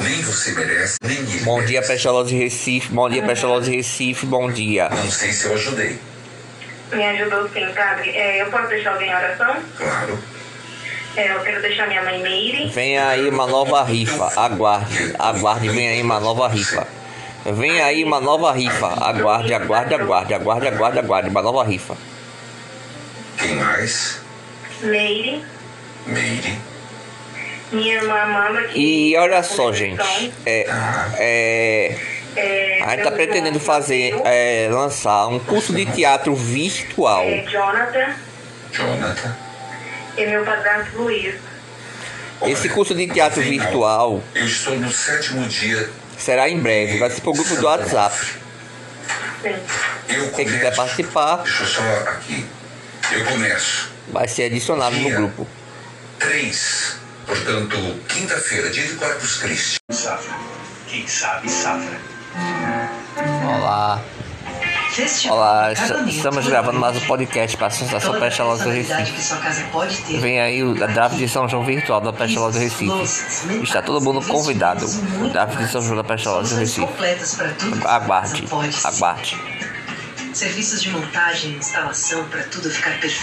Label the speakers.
Speaker 1: Nem você merece, nem ele
Speaker 2: Bom dia,
Speaker 1: merece.
Speaker 2: Pestalozzi de Recife. Bom dia, Pestalozzi de Recife. Bom dia.
Speaker 1: Não sei se eu ajudei,
Speaker 3: Me ajudou sim, padre. É, eu posso deixar alguém em oração?
Speaker 1: claro.
Speaker 3: É, eu quero deixar minha mãe Meire.
Speaker 2: Vem aí uma nova rifa. Aguarde, aguarde. Vem aí uma nova rifa. Vem aí uma nova rifa. Aguarde, aguarde, aguarde, aguarde, aguarde, aguarde. Uma nova rifa.
Speaker 1: Quem mais?
Speaker 3: Meire.
Speaker 1: Meire.
Speaker 3: Minha irmã Amanda. que-
Speaker 2: E olha só, gente. É,
Speaker 1: tá?
Speaker 2: é, a
Speaker 3: É,
Speaker 2: gente
Speaker 3: meu
Speaker 2: tá
Speaker 3: irmão
Speaker 2: pretendendo fazer,
Speaker 3: Brasil,
Speaker 2: é, lançar um curso de teatro virtual.
Speaker 3: é, Jonathan
Speaker 1: Jonathan.
Speaker 3: e meu padrasto Luiz.
Speaker 2: Esse
Speaker 1: Olha,
Speaker 2: curso de teatro
Speaker 1: não sei não.
Speaker 2: virtual
Speaker 1: Eu estou no sétimo dia.
Speaker 2: será em breve. Vai ser pro grupo do WhatsApp.
Speaker 3: Sim.
Speaker 1: Eu
Speaker 2: Quem
Speaker 1: começo-
Speaker 2: quiser participar,
Speaker 1: Deixa eu só aqui. Eu começo.
Speaker 2: vai ser adicionado no grupo.
Speaker 1: 3. Portanto, quinta-feira, dia de Corpus Christi.
Speaker 4: Safra. Quem sabe, safra.
Speaker 2: Olá.
Speaker 5: Festival
Speaker 2: Olá,
Speaker 5: de
Speaker 2: est-
Speaker 5: casamento
Speaker 2: estamos
Speaker 5: foi
Speaker 2: gravando mais
Speaker 5: grande.
Speaker 2: um podcast para a Associação
Speaker 5: Toda
Speaker 2: Pestalozzi do
Speaker 5: personalidade
Speaker 2: Recife.
Speaker 5: que sua casa pode ter.
Speaker 2: Vem aí o a draft de São João virtual da Pestalozzi do Recife. Está todo mundo convidado. O draft de São João da Pestalozzi do
Speaker 5: Soluções
Speaker 2: Recife.
Speaker 5: completas para tudo que
Speaker 2: Aguarde,
Speaker 5: sua casa pode ser.
Speaker 2: aguarde.
Speaker 5: Serviços de montagem e instalação para tudo ficar perfeito.